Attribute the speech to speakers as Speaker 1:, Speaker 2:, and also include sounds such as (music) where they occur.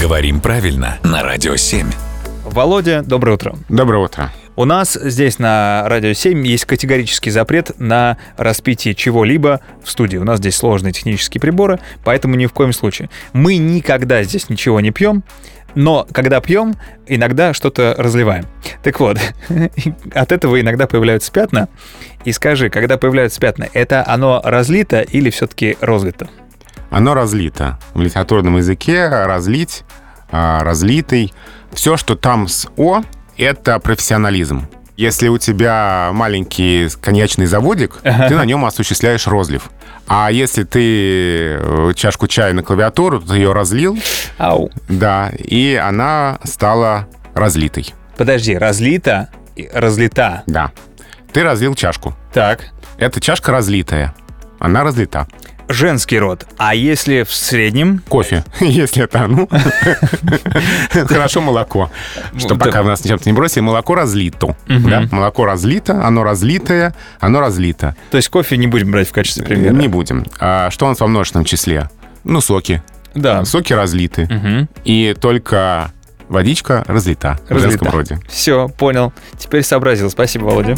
Speaker 1: Говорим правильно на Радио 7.
Speaker 2: Володя, доброе утро.
Speaker 3: Доброе утро.
Speaker 2: У нас здесь на Радио 7 есть категорический запрет на распитие чего-либо в студии. У нас здесь сложные технические приборы, поэтому ни в коем случае. Мы никогда здесь ничего не пьем, но когда пьем, иногда что-то разливаем. Так вот, (laughs) от этого иногда появляются пятна. И скажи, когда появляются пятна, это оно разлито или все-таки розлито?
Speaker 3: Оно разлито. В литературном языке разлить, а, разлитый. Все, что там с «о», это профессионализм. Если у тебя маленький коньячный заводик, ты на нем осуществляешь розлив. А если ты э, чашку чая на клавиатуру, то ты ее разлил,
Speaker 2: Ау.
Speaker 3: да, и она стала разлитой.
Speaker 2: Подожди, разлито, и разлита.
Speaker 3: Да. Ты разлил чашку.
Speaker 2: Так.
Speaker 3: Эта чашка разлитая. Она разлита.
Speaker 2: Женский род. А если в среднем?
Speaker 3: Кофе, (laughs) если
Speaker 2: (laughs)
Speaker 3: это оно. Хорошо молоко. Что
Speaker 2: Ну, да.
Speaker 3: пока в нас чем-то не бросили, молоко разлито. да? Молоко разлито, оно разлитое, оно разлито.
Speaker 2: То есть кофе не будем брать в качестве примера.
Speaker 3: Не будем. А что у нас во множественном числе? Ну, соки.
Speaker 2: Да.
Speaker 3: Соки разлиты. И только водичка разлита. В
Speaker 2: Разлита.
Speaker 3: женском роде.
Speaker 2: Все, понял. Теперь сообразил. Спасибо, Володя.